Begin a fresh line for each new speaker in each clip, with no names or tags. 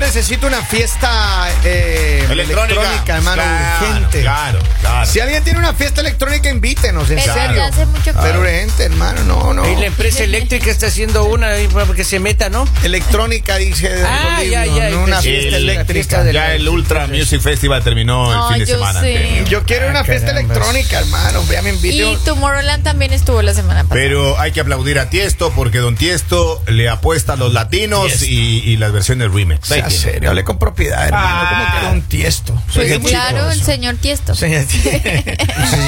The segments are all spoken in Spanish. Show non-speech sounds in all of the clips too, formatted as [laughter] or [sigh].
necesito una fiesta eh, electrónica. hermano,
Claro,
urgente.
Claro, claro.
Si alguien tiene una fiesta electrónica, invítenos, en
Es
Claro.
serio.
verdad, hace mucho
Pero
calor.
urgente, hermano, no, no.
Y la empresa eléctrica está haciendo una ahí para que se meta, ¿no?
Electrónica, dice.
Ah,
Bolivio,
ya, ya,
no una
sí,
fiesta
la
eléctrica.
fiesta de-
ya el Ultra Music Festival terminó el
No,
fin de
yo
semana.
sé.
anterior.
Yo quiero una fiesta electrónica, hermano. Vea mi
Y
invito.
Tomorrowland también estuvo la semana pasada.
Pero hay que aplaudir a Tiesto porque Don Tiesto le apuesta a los latinos y, y las versiones remix.
Sea serio, hable con propiedad, hermano.
Ah.
Como que era un tiesto.
Pues
Soy
es
un
claro, el
tiesto.
señor Tiesto.
[laughs]
Señor Tiesto.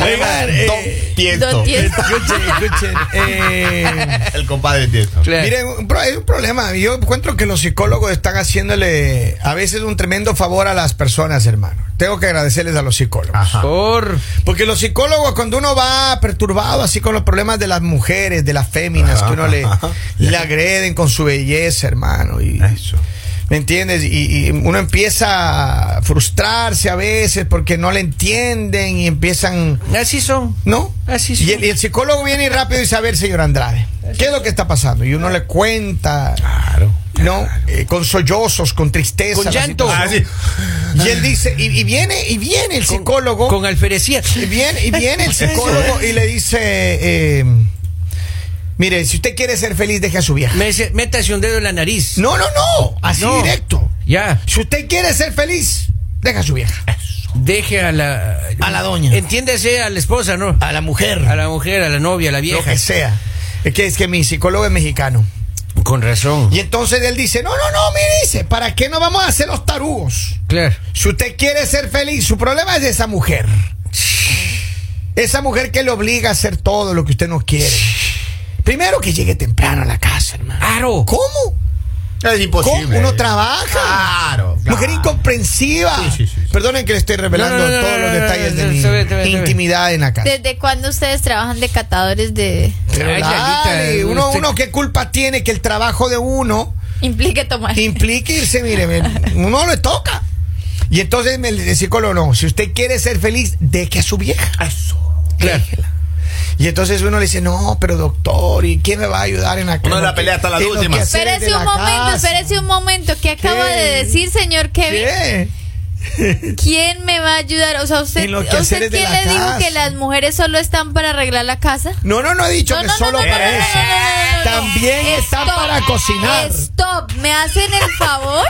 Oigan, eh,
Don Tiesto.
Don Tiesto.
escuchen, escuchen, eh,
El compadre Tiesto.
Claro.
Miren, un pro- hay un problema. Yo encuentro que los psicólogos están haciéndole a veces un tremendo favor a las personas, hermano. Tengo que agradecerles a los psicólogos.
Ajá.
Por.
Porque los psicólogos, cuando uno va perturbado así con los problemas de las mujeres, de las féminas,
Ajá,
que uno le,
ajá.
le agreden con su belleza, hermano. Y,
Eso.
¿Me entiendes? Y, y uno empieza a frustrarse a veces porque no le entienden y empiezan...
Así son.
¿No?
Así
y,
son.
el, y el psicólogo viene y rápido y dice, a ver, señor Andrade, ¿qué es lo que está pasando? Y uno le cuenta,
Claro.
¿no? Eh, con sollozos, con tristeza.
Con
la
llanto.
situación.
Ah,
Y
sí.
él dice, y, y viene, y viene el psicólogo.
Con alferecía.
Y viene, y viene
[laughs]
el psicólogo y le dice, eh, mire, si usted quiere ser feliz, deje a su vieja.
Me dice, métase un dedo en la nariz.
No, no, no, así
No.
directo.
Ya.
Si usted quiere ser feliz, deja a su vieja.
Deje a la.
A la doña.
Entiéndase a la esposa, ¿no?
A la mujer,
A la mujer, a la novia, a la
lo
vieja.
que sea. Es que, es que mi psicólogo es mexicano.
Con razón.
Y entonces él dice, no, no, no, mire, dice, ¿para qué no vamos a hacer los tarugos?
Claro.
Si usted quiere ser feliz, su problema es esa mujer. Esa mujer que le obliga a hacer todo lo que usted no quiere. Primero que llegue temprano a la casa, hermano.
Aro.
¿Cómo?
Es imposible.
¿Cómo? Uno trabaja.
Claro. claro.
Mujer incomprensiva.
Sí, sí, sí, sí.
Perdonen que le estoy revelando
No, no, no,
todos
no,
los
no,
detalles
no,
de
no,
mi
está bien, está bien, está bien.
intimidad en la casa.
¿Desde cuándo ustedes trabajan de catadores de... [laughs]
Pero
Ay,
dale,
Lalita,
uno,
usted-
uno, ¿qué culpa tiene que el trabajo de uno
Implique tomar.
implique irse? Mire, me- uno le toca. Y entonces me- el psicólogo, no, si usted quiere ser feliz, deje a su vieja.
Ah.
Claro.
Y entonces uno le dice, no, pero doctor, ¿y quién me va a ayudar en la
Uno la pelea hasta la
en lo que
última.
hacer de
Espérese
la
un momento,
casa?
espérese un momento. ¿Qué acaba
¿Qué?
de decir, señor Kevin?
¿Qué?
¿Quién me va a ayudar? O sea, usted,
En los quehaceres
¿usted
de
quién
la
le dijo
casa.
que las mujeres solo están para arreglar la casa?
No, no, no he dicho
No,
que
no, no,
solo
no, no,
para
no, no,
eso.
no, no, no, no.
También están
Stop.
para cocinar.
Stop, ¿me hacen el favor?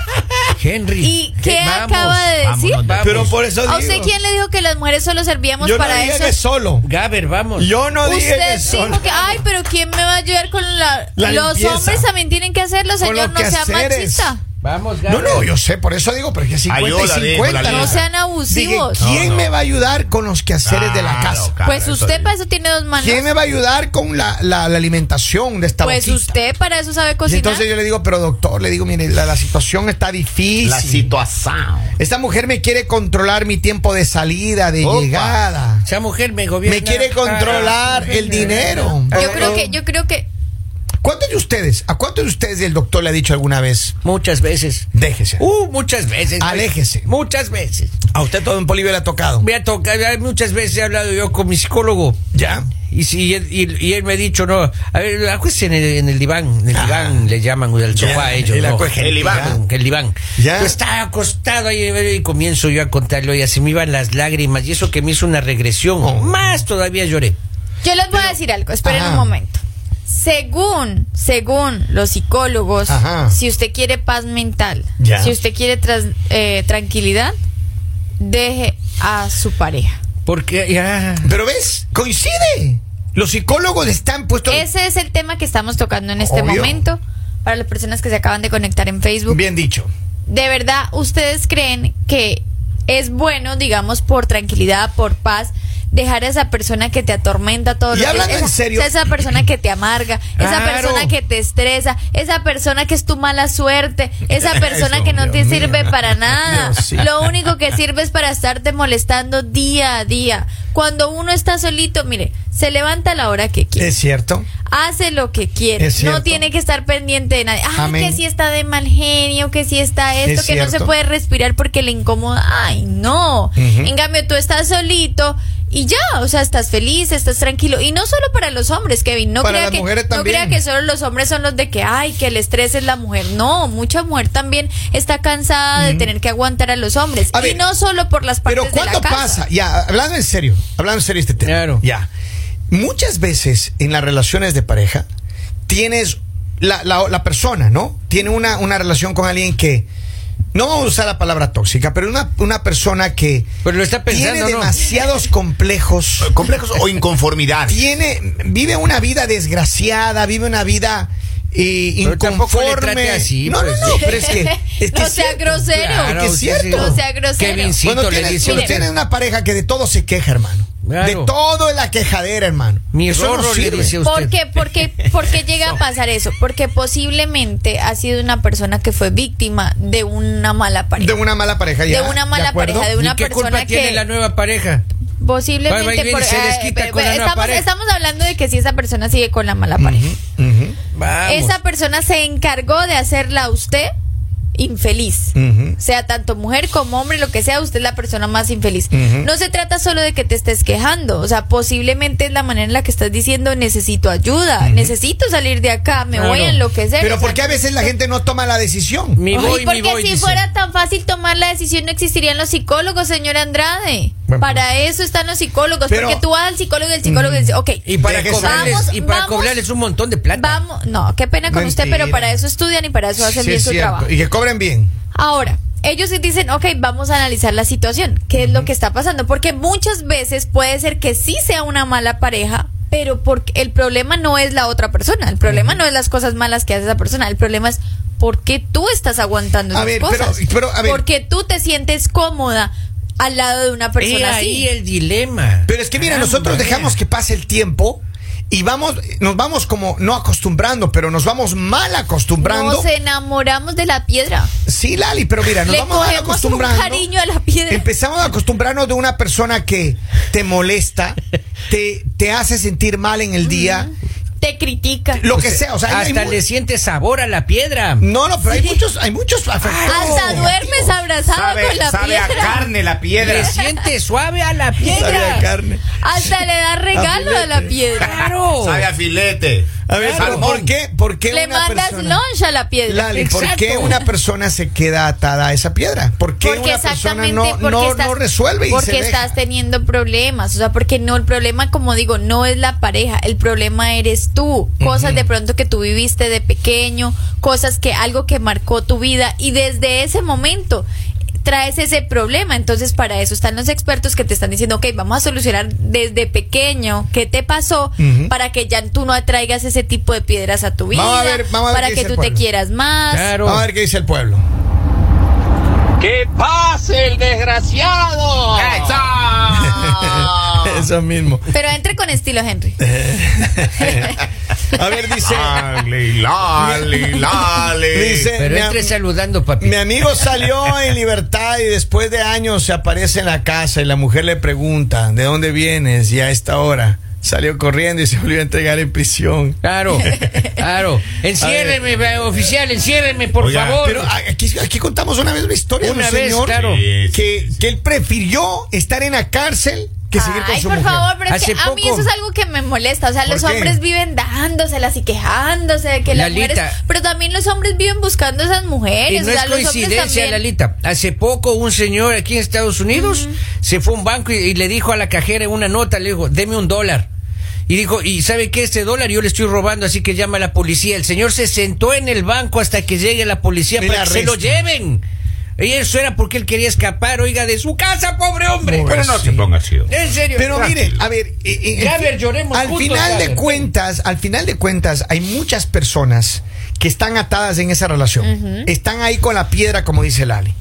Henry.
¿Y qué
Vamos,
acaba de
vamos,
decir?
no, no,
Pero
vamos.
por eso digo.
¿A usted quién le dijo que las mujeres solo servíamos
Yo no
para
dije
eso?
que solo.
Gaber, vamos.
Yo no dije
Usted
que solo.
dijo que, ay, pero ¿quién me va a ayudar con la...
La
los
limpieza.
hombres también tienen que hacerlo,
Con
señor,
los
no sea
quehaceres.
machista.
Vamos,
No,
Gaber.
no, yo sé, por eso digo, pero es que 50
Ayuda,
y
digo, la
50.
lista.
No sean
Dije,
abusivos.
¿quién
No, no.
me va a ayudar con los quehaceres de la
Claro,
casa?
claro,
Pues
eso
usted
digo.
para eso tiene dos manos.
¿Quién me va a ayudar con la, la- la alimentación de esta
Pues
boquita?
usted para eso sabe
Y
cocinar.
entonces yo le digo, pero doctor, le digo, mire, la, la situación está difícil.
La situación.
Esta mujer me quiere controlar mi tiempo de salida, de
Opa.
llegada.
Esa mujer me gobierna.
Me quiere
Ah,
controlar el dinero.
yo creo que, yo creo que
¿Cuántos de ustedes, a cuántos de ustedes el doctor le ha dicho alguna vez,
Muchas veces.
déjese?
Uh, muchas veces.
Aléjese.
Muchas veces.
a usted todo en Polivio le ha tocado.
Me ha tocado, ya muchas veces he hablado yo con mi psicólogo.
¿Ya?
Y, si, y, él- y- y él me ha dicho, no, a ver, acuéstese en el, en el diván, en el
Ah.
diván le llaman, o el
Ya,
sofá a ellos.
el
¿no?
acueje,
el diván.
El diván.
Ya.
Yo estaba acostado ahí eh, y comienzo yo a contarlo y así me iban las lágrimas y eso que me hizo una regresión.
Oh.
Más todavía lloré.
yo les voy a decir algo, esperen
Ajá.
un momento. Según, según los psicólogos,
Ajá.
si usted quiere paz mental,
Ya.
si usted quiere tras- eh, tranquilidad, deje a su pareja.
Porque ya...
Pero ves, coincide. Los psicólogos están puestos.
Ese es el tema que estamos tocando en este
Obvio.
momento. Para las personas que se acaban de conectar en Facebook,
Bien dicho.
de verdad ustedes creen que es bueno, digamos, por tranquilidad, por paz, dejar a esa persona que te atormenta todo
Y
los días?
hablando en
Esa-
serio.
Esa persona que te amarga, esa
Claro.
persona que te estresa, esa persona que es tu mala suerte,
[laughs]
esa persona
Eso,
que no
Dios
te
mío.
sirve para nada.
Diosito.
Lo único que sirve es para estarte molestando día a día. Cuando uno está solito, mire, se levanta a la hora que quiere
Es cierto.
hace lo que quiere.
Es cierto.
No tiene que estar pendiente de nadie. Ay,
Amén.
que si está de mal genio, que si está esto,
Es
que no se
cierto.
puede respirar porque le incomoda. Ay, no.
Ujú.
En cambio, tú estás solito Y ya, o sea, estás feliz, estás tranquilo. Y no solo para los hombres, Kevin. No,
Para
crea,
las
que,
mujeres
no
también.
crea que solo los hombres son los de que, ay, que el estrés es la mujer. No, mucha mujer también está cansada de tener que aguantar a los hombres.
A
y
ver,
no solo por las partes
Pero ¿cuándo
de la casa.
pasa? Ya, hablando en serio, hablando en serio este tema.
Claro.
Ya. Muchas veces en las relaciones de pareja tienes la, la- la persona, ¿no? Tiene una, una relación con alguien que. No vamos a usar la palabra tóxica, pero una, una persona que
Pero lo está pensando,
tiene
¿no?
demasiados complejos.
Complejos o inconformidad.
Tiene, vive una vida desgraciada, vive una vida eh,
Pero tampoco le
inconforme.
trate así,
no,
pues.
no, no, pero es que.
[laughs]
es que
no
es
sea
cierto.
grosero.
Claro,
que es
sí,
cierto.
sí.
No
sea grosero.
Kevincito
Cuando
le
tienes,
dice.
cuando
usted.
tienes una pareja que de todo se queja, hermano.
Claro.
De todo es la quejadera, hermano.
Mi
Eso no
rorro le
sirve.
dice usted.
¿Por qué, por, qué- por qué llega a pasar eso? Porque posiblemente ha sido una persona que fue víctima de una mala pareja.
De una mala pareja ya.
De una mala
acuerdo?
pareja, de
¿Y
una
qué culpa
persona
tiene
que-
la nueva pareja?
Posiblemente
Va, va y viene
por-
y se
ah,
desquita
eh,
con la nueva
estamos,
pareja.
estamos hablando de que si esa persona sigue con la mala pareja.
Ujú,
Vamos.
Esa persona se encargó de hacerla a usted infeliz.
ujú.
Sea tanto mujer como hombre, lo que sea, usted es la persona más infeliz.
Ujú.
No se trata solo de que te estés quejando, o sea, posiblemente es la manera en la que estás diciendo necesito ayuda, necesito salir de acá, me voy a
Claro.
enloquecer.
Pero
O sea,
porque a veces la gente no toma la decisión.
Mi
Ay,
voy,
porque
mi voy.
si
dice.
fuera tan fácil tomar la decisión no existirían los psicólogos, señor Andrade.
Bueno.
para
pues.
eso están los psicólogos,
Pero-
porque tú vas al psicólogo y el psicólogo dice, ok,
Mm. Y para
Déjese.
cobrarles,
Vamos,
y para
vamos.
cobrarles un montón de plata.
vamos, no, qué pena con usted,
Mentira.
pero para eso estudian y para eso hacen
Sí,
bien
es
su
cierto.
trabajo.
Y que cobren bien.
Ahora, ellos sí dicen, ok, vamos a analizar la situación, qué es lo que está pasando, porque muchas veces puede ser que sí sea una mala pareja. Pero porque el problema no es la otra persona, el problema no es las cosas malas que hace esa persona, el problema es por qué tú estás aguantando
A
esas
ver, pero-
cosas.
pero, a ver.
Porque tú te sientes cómoda al lado de una
He
persona
Eh,
así.
ahí el dilema.
Pero es que mira,
Ah,
Caramba, eh.
nosotros dejamos
vea.
que pase el tiempo y vamos, nos vamos como no acostumbrando, pero nos vamos mal acostumbrando.
Nos enamoramos de la piedra.
Sí, Lali, pero mira, nos
Le
vamos mal
cogemos un
acostumbrando.
cariño a la piedra.
Empezamos a acostumbrarnos de una persona que te molesta, te, te hace sentir mal en el día,
Te critica.
lo que sea. O sea, hay
Hasta
mu-
le siente sabor a la piedra.
No, no, pero hay
Sí.
muchos, hay muchos afectados.
Hasta duermes abrazado
Sabe,
con la
sabe a
piedra.
carne la
Le
piedra.
siente suave a la
[laughs] Sabe a
piedra.
carne.
Hasta le da regalo a la
filete.
piedra.
[laughs]
Claro.
Sabe a filete.
A ver, pero
Salmón.
¿por qué? ¿Por qué
Le
una
mandas
persona-
lunch a la piedra.
Lali, ¿por
Exacto.
qué una persona se queda atada a esa piedra? ¿Por qué
porque
una persona
exactamente
no,
porque
no,
estás,
no resuelve y
porque
se deja?
estás teniendo problemas, o sea, porque no el problema, como digo, no es la pareja, el problema eres tú, cosas de pronto que tú viviste de pequeño, cosas que algo que marcó tu vida y desde ese momento traes ese problema, entonces para eso están los expertos que te están diciendo, ok, vamos a solucionar desde pequeño qué te pasó
Ujú.
para que ya tú no atraigas ese tipo de piedras a tu vida,
Vamos a ver- vamos a ver
para
qué
que
dice
tú
el
te
pueblo.
quieras más.
Claro.
Vamos a ver qué dice el pueblo.
¡Que pase el desgraciado!
Ah.
Ah.
Eso mismo.
Pero entre con estilo, Henry.
A ver, dice,
Lali,
[laughs]
lali, lali.
Dice-
Pero
Me
entre
am-
saludando, papi.
Mi amigo salió en libertad y después de años se aparece en la casa y la mujer le pregunta, ¿de dónde vienes? Y a esta hora salió corriendo y se volvió a entregar en prisión.
Claro,
[laughs]
claro. Enciérreme, ve- oficial, enciérreme, por
Oiga,
favor.
Pero a- aquí, aquí contamos una vez una historia de
Una
un
vez,
señor
claro.
Sí, sí,
que, que él prefirió estar en la cárcel que seguir con
Ay,
su
por
mujer.
favor, pero es que
Hace
a mí
poco-
eso es algo que me molesta. O sea,
¿Por
los
qué?
hombres viven dándoselas y quejándose de que las
Lalita.
mujeres. Pero también los hombres viven buscando esas
Y
mujeres.
no
o sea,
es
los hombres
coincidencia,
también-
Lalita. Hace poco un señor aquí en Estados Unidos se fue a un banco y, y le dijo a la cajera en una nota, le dijo, deme un dólar. Y dijo, ¿y sabe qué? Este dólar yo le estoy robando, así que llama a la policía. El señor se sentó en el banco hasta que llegue la policía
Y
para
la
que se lo
arresten.
lleven. Y eso era porque él quería escapar, oiga, de su casa, pobre hombre.
Pobre.
Pero no se ponga así. hombre.
En serio.
Pero mire, a ver, eh, eh,
Ya,
en
a ver, lloremos
al
juntos,
final
ya,
de
a ver.
cuentas, al final de cuentas, hay muchas personas que están atadas en esa relación, están ahí con la piedra, como dice Lali,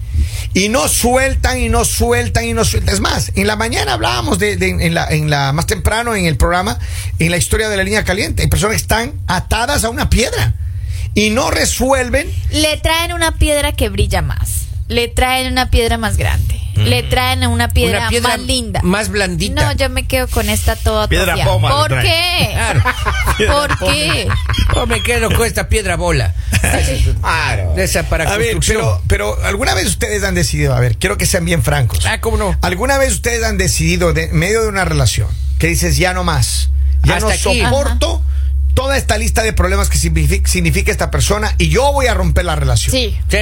y no sueltan y no sueltan y no sueltan. Es más, en la mañana hablábamos de, de- en la, en la más temprano en el programa, en la historia de la línea caliente, hay personas que están atadas a una piedra y no resuelven.
Le traen una piedra que brilla más. Le traen una piedra más grande. le traen una piedra,
Una piedra
más linda.
más blandita.
No, yo me quedo con esta toda
Piedra
atrofiada.
poma le
¿Por
traen.
[laughs]
qué?
Claro.
¿Por qué?
O me quedo con esta piedra
[laughs]
bola.
Claro.
De esa para
a ver,
construcción.
pero, pero alguna vez ustedes han decidido, a ver, quiero que sean bien francos.
Ah, ¿cómo no?
¿Alguna vez ustedes han decidido, de- en medio de una relación, que dices ya no más? Ya
Hasta
no
aquí.
soporto toda esta lista de problemas que significa, significa esta persona y yo voy a romper la relación.
Sí.
Sí.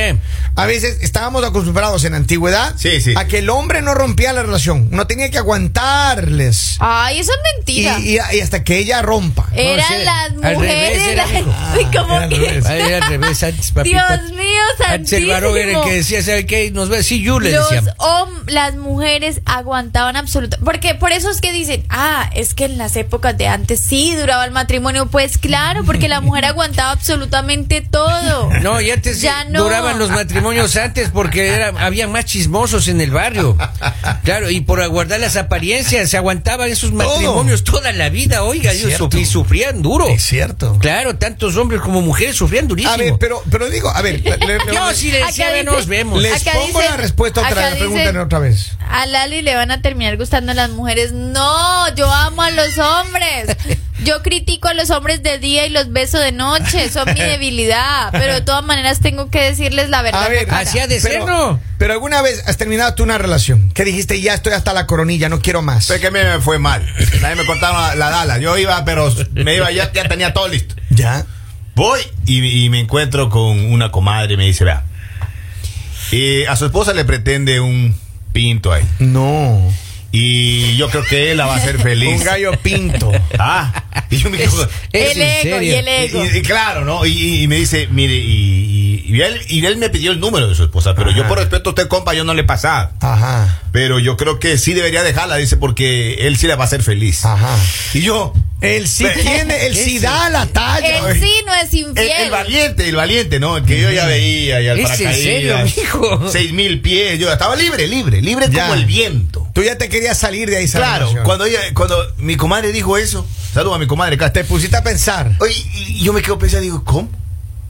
A veces estábamos acostumbrados en antigüedad
Sí, sí.
a que el hombre no rompía la relación, no tenía que aguantarles.
Ay, eso es
Y,
mentira.
y- y hasta que ella rompa.
eran
sí,
las
al revés,
mujeres.
era,
las-
mijo.
Ay, como
Ah, era al
que-
revés.
Ahí al revés, antes, papito.
Dios mío,
Antes el varón era el que
santísimo.
decía, ¿sabe qué? Nos ve. Sí, yo le
Los
decían.
hom- las mujeres aguantaban absolutamente. Porque por eso es que dicen, ah, es que en las épocas de antes sí duraba el matrimonio. Pues claro, porque la
[laughs]
mujer aguantaba absolutamente todo.
No, y antes
Ya no.
duraban los matrimonios antes porque era, había más chismosos en el barrio. Claro, y por aguardar las apariencias, se aguantaban esos matrimonios toda la vida, oiga,
Es
ellos
cierto.
suf- y sufrían duro.
Es cierto.
Claro, tantos hombres como mujeres sufrían durísimo.
A ver, pero, pero digo, a ver, le- le-
Yo sí le
Acá
decía, "Ve,
dice-
nos vemos.
les
Acá
pongo
dice-
la respuesta otra
acá
vez,
dice-
pregúntenle otra vez.
A Lali le van a terminar gustando las mujeres. No, yo amo a los hombres. Yo critico a los hombres de día y los beso de noche. Son mi debilidad. Pero de todas maneras tengo que decirles la verdad.
A ver,
cara.
así ha de ser, ¿no?
Pero alguna vez has terminado tú una relación que dijiste ya estoy hasta la coronilla, no quiero más.
Sé que a mí me fue mal. Nadie me cortaron la, la dala. Yo iba, pero me iba, ya, ya tenía todo listo.
Ya.
Voy y, y me encuentro con una comadre y me dice, vea, eh, a su esposa le pretende un pinto ahí.
No.
Y yo creo que él la va a hacer
[laughs]
feliz.
Un gallo pinto.
Ah, y yo me quedo-
¿Es
el
en
ego
serio?
y el ego.
Y, y- y claro, ¿no? Y, y- y me dice, mire, y, y- y él, y él me pidió el número de su esposa, pero yo por respeto a usted, compa, yo no le pasaba.
Ajá.
Pero yo creo que sí debería dejarla, dice, porque él sí la va a hacer feliz.
Ajá.
Y yo,
El sí
Ve- [laughs]
tiene, el sí
Ese-
da la talla.
El sí no es
el,
infiel.
el valiente, el valiente, ¿no? El que yo ya veía, y al
¿Es en
paracaídas.
serio, mijo?
Seis mil pies, yo estaba libre, libre, libre
Ya.
como el viento.
Tú ya te querías salir de ahí, esa
Claro,
relación.
cuando ella, cuando mi comadre dijo eso, saludo a mi comadre Casta.
te pusiste a pensar.
Oye, y y yo me quedo pensando, digo, ¿cómo?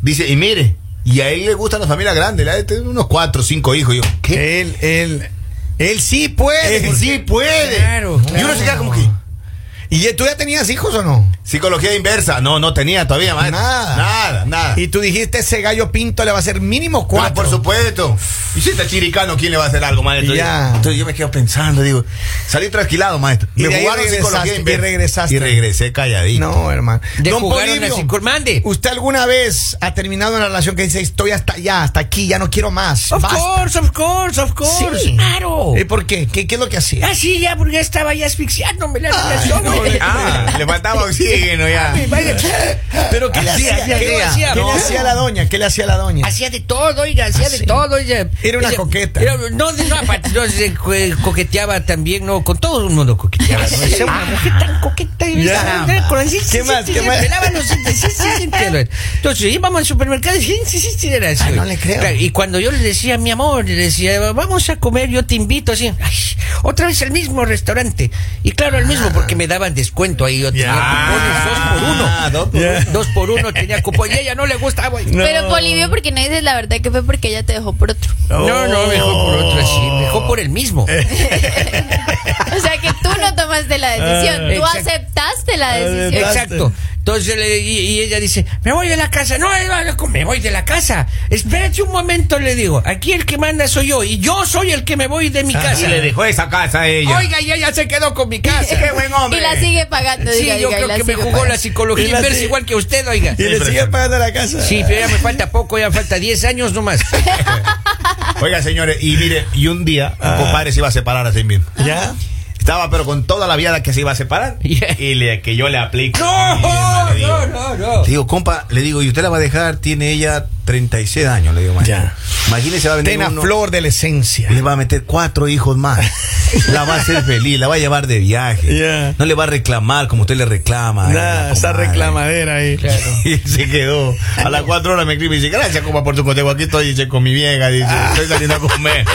Dice, y mire, y a él le gustan las familias grandes, la de tener unos cuatro, cinco hijos. Y yo, ¿qué?
Él, él, él sí puede.
Él
porque-
sí puede.
Claro,
Y uno se
claro.
queda como que.
¿Y ya- tú ya tenías hijos o no?
Psicología inversa. No, no tenía todavía, madre.
Nada.
Nada, nada.
Y tú dijiste ese gallo pinto le va a ser mínimo
Pero
cuatro.
por supuesto. Y si está chiricano, ¿quién le va a hacer algo, maestro?
Ya.
Entonces yo me quedo pensando, digo, salí tranquilado, maestro.
Y
Me
de ahí
jugaron psicología
regresaste,
inversa.
y regresaste.
Y regresé calladito.
No, hermano.
De
Don
jugar a una
Polibio,
psico- mande.
¿Usted alguna vez ha terminado una relación que dice estoy hasta allá, hasta aquí, ya no quiero más?
Of
basta"?
course, of course, of course.
Sí.
Claro.
¿Y por qué? ¿Qué, qué es lo que hacía?
Ah, sí, ya, porque ya estaba ya asfixiándome la relación.
No,
güey.
le- [laughs] ah, le faltaba oxígeno
[laughs]
ya.
Vaya.
¿Pero qué le
Así,
hacía?
así,
¿Qué le
así,
hacía? ¿Qué le
no.
hacía la doña? ¿Qué le hacía la doña?
[laughs] Hacía de todo, oiga, hacía de todo, oiga.
Ah, Era una
Ella-
coqueta.
era- no, de- no, aparte, no, se co- coqueteaba también, no, con todo el mundo coqueteaba.
[laughs]
¿no? Era una mujer tan coqueta. y
Ya.
esa- con- sí, sí,
¿Qué
sí,
más,
sí,
qué
sí,
más?
pelaba los dientes, sí, sí,
[laughs]
sí, pero- Entonces íbamos al supermercado, sí, sí, sí, sí, era así.
Ay, Ah, no le creo.
Claro, y cuando yo le decía, mi amor, le decía, vamos a comer, yo te invito, así, ay, otra vez al mismo restaurante. Y claro, al
Ah.
mismo, porque me daban descuento ahí, yo tenía cupones dos por uno.
Ah, dos por uno.
Dos por uno tenía cupón y a ella no le gustaba. güey.
Pero Polivio, porque no dices la verdad que fue porque ella te dejó por otro.
No, no, mejor por otro así, mejor por el mismo.
O sea que tú no
[laughs]
tomaste
Ah,
la decisión, tú
Exacto.
aceptaste la decisión.
Exacto. Entonces le- y, y ella dice, me voy de la casa. No, Eva, no, me voy de la casa. Espérate un momento, le digo. Aquí el que manda soy yo y yo soy el que me voy de mi casa.
Y Ah, le dejó esa casa a ella.
Oiga, y ella se quedó con mi casa.
qué buen hombre.
Y la sigue pagando.
Sí,
diga, diga,
yo
y
creo
la
que me
sigue
jugó la
pagando.
Y
psicología
la
inversa
sí.
igual que usted, oiga.
¿Y le sigue
Impresionante.
pagando la casa?
Sí, pero ya me falta poco, ya me falta 10 años nomás.
Oiga, señores, y mire, y un día, un compadre se iba a separar a sí mismo.
Ah. ¿Ya?
Estaba, pero con toda la viada que se iba a separar.
Yeah.
Y le, que yo le aplico.
No,
Mierda, le digo.
no, no, no.
Le digo, compa, le digo, y usted la va a dejar, tiene ella 36 años, le digo, maestro.
Ya.
Imagínese, va a vender
Tena
uno,
flor de la esencia.
le va a meter cuatro
[laughs]
hijos más. La va a hacer feliz, la va a llevar de viaje.
Ya.
No le va a reclamar como usted le reclama.
Nah, esa
reclamando
reclamadera ahí.
[laughs] Y se quedó. A las cuatro horas me escribe y dice, gracias, compa, por tu consejo. Aquí estoy, dice, con mi vieja, dice,
Ah.
estoy saliendo
[laughs]
a comer.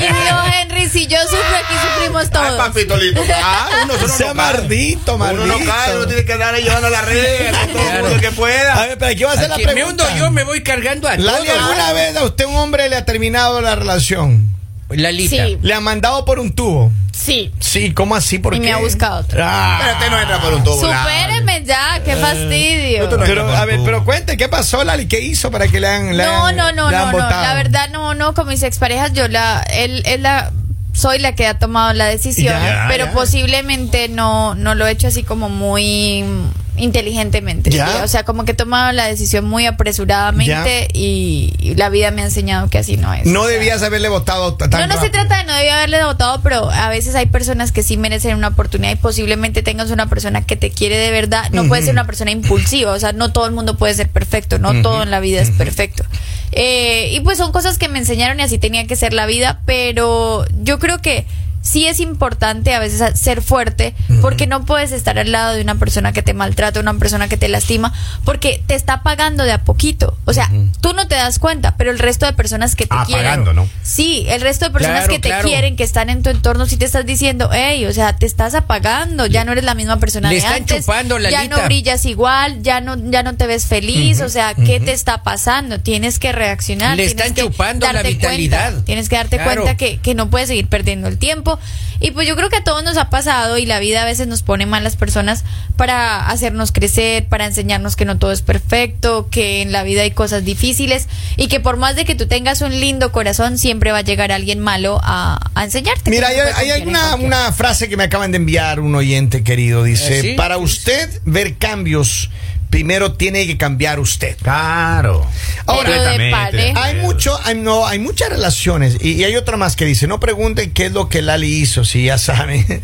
Y no, Henry, si yo sufro, aquí sufrimos
Ay,
todos.
papito lindo. Ah, uno solo
Sea
no cae.
mardito,
Uno no
mardito.
cae, uno tiene que andar ahí llevando la red a todo el mundo que
A
pueda.
ver, pero aquí va a ser la
Aquí me hundo
pregunta.
yo, me voy cargando a
Lali,
todos.
¿alguna vez a usted un hombre le ha terminado la relación?
Lalita.
Sí.
Le ha mandado por un tubo.
Sí.
Sí, ¿cómo así? ¿Por
Y me
qué?
ha buscado otro.
Ah.
Pero usted no entra por un tubo.
Supéreme ya, qué fastidio.
Eh, yo te lo-
Pero, a ver, pero cuente, ¿qué pasó, Lali? ¿Qué hizo para que le han le
No,
han-
no, no,
le han
no, no.
votado?
La verdad, no, no. Con mis exparejas, yo la, él, él la, soy la que ha tomado la decisión,
Ya,
pero
ya.
posiblemente no, no lo he hecho así como muy mm, inteligentemente.
Ya.
¿sí? O sea, como que he tomado la decisión muy apresuradamente y, y la vida me ha enseñado que así no es.
No
O sea,
debías haberle votado t- tan
No, no se
rápido.
trata de no debía haberle votado, pero a veces hay personas que sí merecen una oportunidad y posiblemente tengas una persona que te quiere de verdad. No puede ser una persona impulsiva, o sea, no todo el mundo puede ser perfecto, no todo en la vida es perfecto. Eh, y pues son cosas que me enseñaron y así tenía que ser la vida, pero yo creo que sí es importante a veces a- ser fuerte porque no puedes estar al lado de una persona que te maltrata, una persona que te lastima, porque te está pagando de a poquito. O sea, tú no te das cuenta, pero el resto de personas que te
Ah,
quieren.
pagando, ¿no?
Sí, el resto de personas
Claro,
que te
claro.
quieren, que están en tu entorno, si te estás diciendo, hey, o sea, te estás apagando, ya no eres la misma persona
Le
de
están
antes,
chupando la
ya
lita.
no brillas igual, ya no, ya no te ves feliz, o sea, ¿qué te está pasando? Tienes que reaccionar.
Le
tienes
están
que
chupando la
darte cuenta,
vitalidad.
tienes que darte
Claro.
cuenta que, que no puedes seguir perdiendo el tiempo. Y pues yo creo que a todos nos ha pasado y la vida a veces nos pone malas personas para hacernos crecer, para enseñarnos que no todo es perfecto, que en la vida hay cosas difíciles y que por más de que tú tengas un lindo corazón, siempre va a llegar alguien malo a, a enseñarte.
Mira,
que
hay,
no puedes
hay
confiar en
alguna
cualquiera.
una frase que me acaban de enviar un oyente querido. Dice,
Eh, sí.
para usted ver cambios, primero tiene que cambiar usted.
Claro.
Ahora- Pero de
Completamente.
pareja.
Hay mucho, hay, no, hay muchas relaciones y, y hay otra más que dice, no pregunten qué es lo que Lali hizo, si ya saben.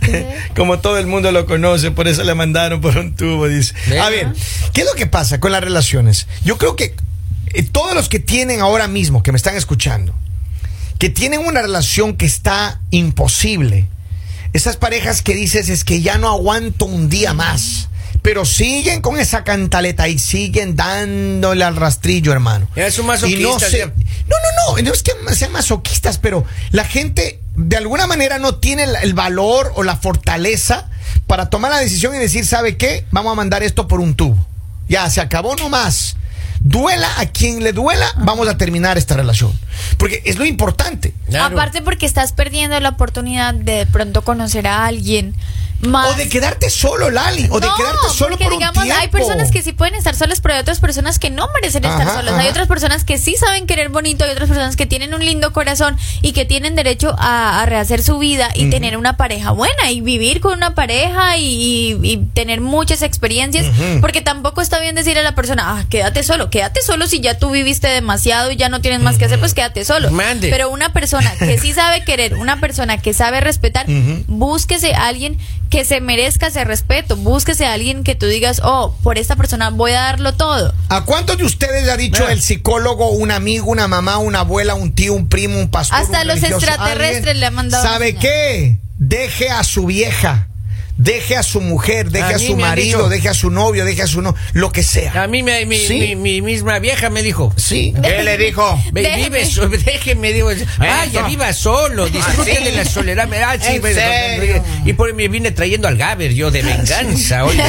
[laughs] Como todo el mundo lo conoce, por eso le mandaron por un tubo, dice.
Vea.
A ver, ¿qué es lo que pasa con las relaciones? Yo creo que eh, todos los que tienen ahora mismo, que me están escuchando, que tienen una relación que está imposible, esas parejas que dices es que ya no aguanto un día más. Pero siguen con esa cantaleta y siguen dándole al rastrillo, hermano.
Es un masoquista,
Y no, se-
ya.
no, no, no, no es que sean masoquistas, pero la gente de alguna manera no tiene el, el valor o la fortaleza para tomar la decisión y decir, ¿sabe qué? Vamos a mandar esto por un tubo. Ya, se acabó nomás. Duela a quien le duela, vamos a terminar esta relación. Porque es lo importante.
Claro.
Aparte porque estás perdiendo la oportunidad de de pronto conocer a alguien más.
O de quedarte solo, Lali. O de
No,
quedarte solo
porque
por un
digamos, hay
tiempo.
personas que sí pueden estar solas, pero hay otras personas que no merecen estar
Ajá,
solas.
ajá.
Hay otras personas que sí saben querer bonito, hay otras personas que tienen un lindo corazón y que tienen derecho a, a rehacer su vida y tener una pareja buena y vivir con una pareja y, y- y tener muchas experiencias, porque tampoco está bien decirle a la persona, ah, quédate solo, quédate solo si ya tú viviste demasiado y ya no tienes más que hacer, pues quédate solo.
Mande.
Pero una persona que sí sabe querer, una persona que sabe respetar, búsquese a alguien que se merezca ese respeto, búsquese a alguien que tú digas, oh, por esta persona voy a darlo todo.
¿A cuántos de ustedes le ha dicho
Mira.
el psicólogo, un amigo, una mamá, una abuela, un tío, un primo, un pastor?
Hasta
un
los
religioso,
extraterrestres
alguien?
le han mandado
¿Sabe
señal.
qué? Deje a su vieja, deje a su mujer, deje a,
A mí
su
me han
marido,
dicho-
deje a su novio, deje a su no, lo que sea.
A mí me- mi,
Sí.
mi- mi misma vieja me dijo.
Sí.
¿Qué le dijo?
"Ve,
Déjeme.
Vive, so- [laughs] déjeme, digo, vaya,
Ah, no. Ah,
viva solo, disfrute de la soledad. me- ah, sí,
¿En
ve, no, no,
serio? Ah,
no, y por me vine trayendo al Gaber yo de venganza, oye.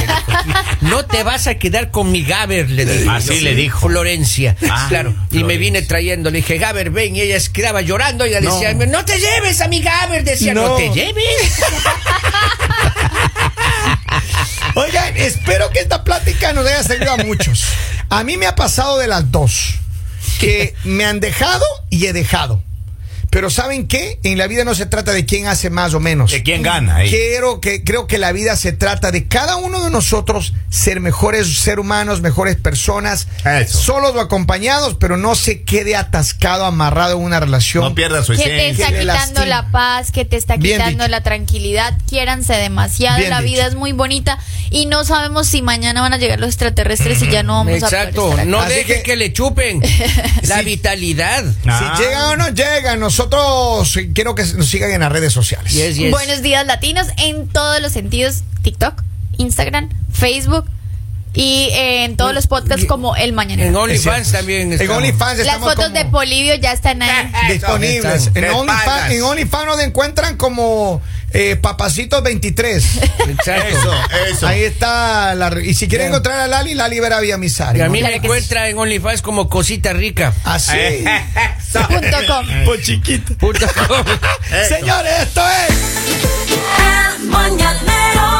No te vas a quedar con mi Gaber, le dije.
Así
yo.
le dijo.
Florencia,
Ah,
claro. Y me
Florencia.
vine trayendo, le dije, Gaber, ven. Y ella se quedaba llorando. Ella
No.
decía, no te lleves a mi Gaber. Decía,
No.
no te lleves.
Oigan, espero que esta plática nos haya servido a muchos. A mí me ha pasado de las dos. Que me han dejado y he dejado. Pero ¿saben qué? En la vida no se trata de quién hace más o menos.
¿De quién gana ahí?
Quiero que, creo que la vida se trata de cada uno de nosotros ser mejores seres humanos, mejores personas,
Eso.
solos o acompañados, pero no se quede atascado, amarrado en una relación.
No pierda su
Que te
esencia.
está
Que le
quitando
lastima.
la paz, que te está
Bien
quitando
dicho.
la tranquilidad, quiéranse demasiado,
Bien
la vida
dicho.
es muy bonita y no sabemos si mañana van a llegar los extraterrestres y ya no vamos a poder
Exacto.
estar aquí.
No
Así
deje
que-
que...
[laughs]
le chupen la vitalidad.
Ah.
Si llegan o no llegan, nosotros eh, quiero que nos sigan en las redes sociales.
Yes, yes.
Buenos días latinos en todos los sentidos, TikTok, Instagram, Facebook y eh, en todos los podcasts como El
En
Mañanero.
OnlyFans también.
En
estamos.
OnlyFans
Las
estamos
fotos
como Ah,
de Ah, Polivio ya están ahí.
disponibles.
Eso,
En
de
OnlyFans,
espaldas.
en OnlyFans nos encuentran como eh, Papacito 23.
Exacto.
Eso, eso.
Ahí está. La, y si quieren
Bien.
encontrar a Lali, Lali verá vía Misari.
Y a mí
Claro
me
que
encuentra en OnlyFans como cosita rica.
Así.
[laughs]
[laughs] Punto com.
Pues
Por chiquito.
Punto com.
Señores, esto es.
El mañanero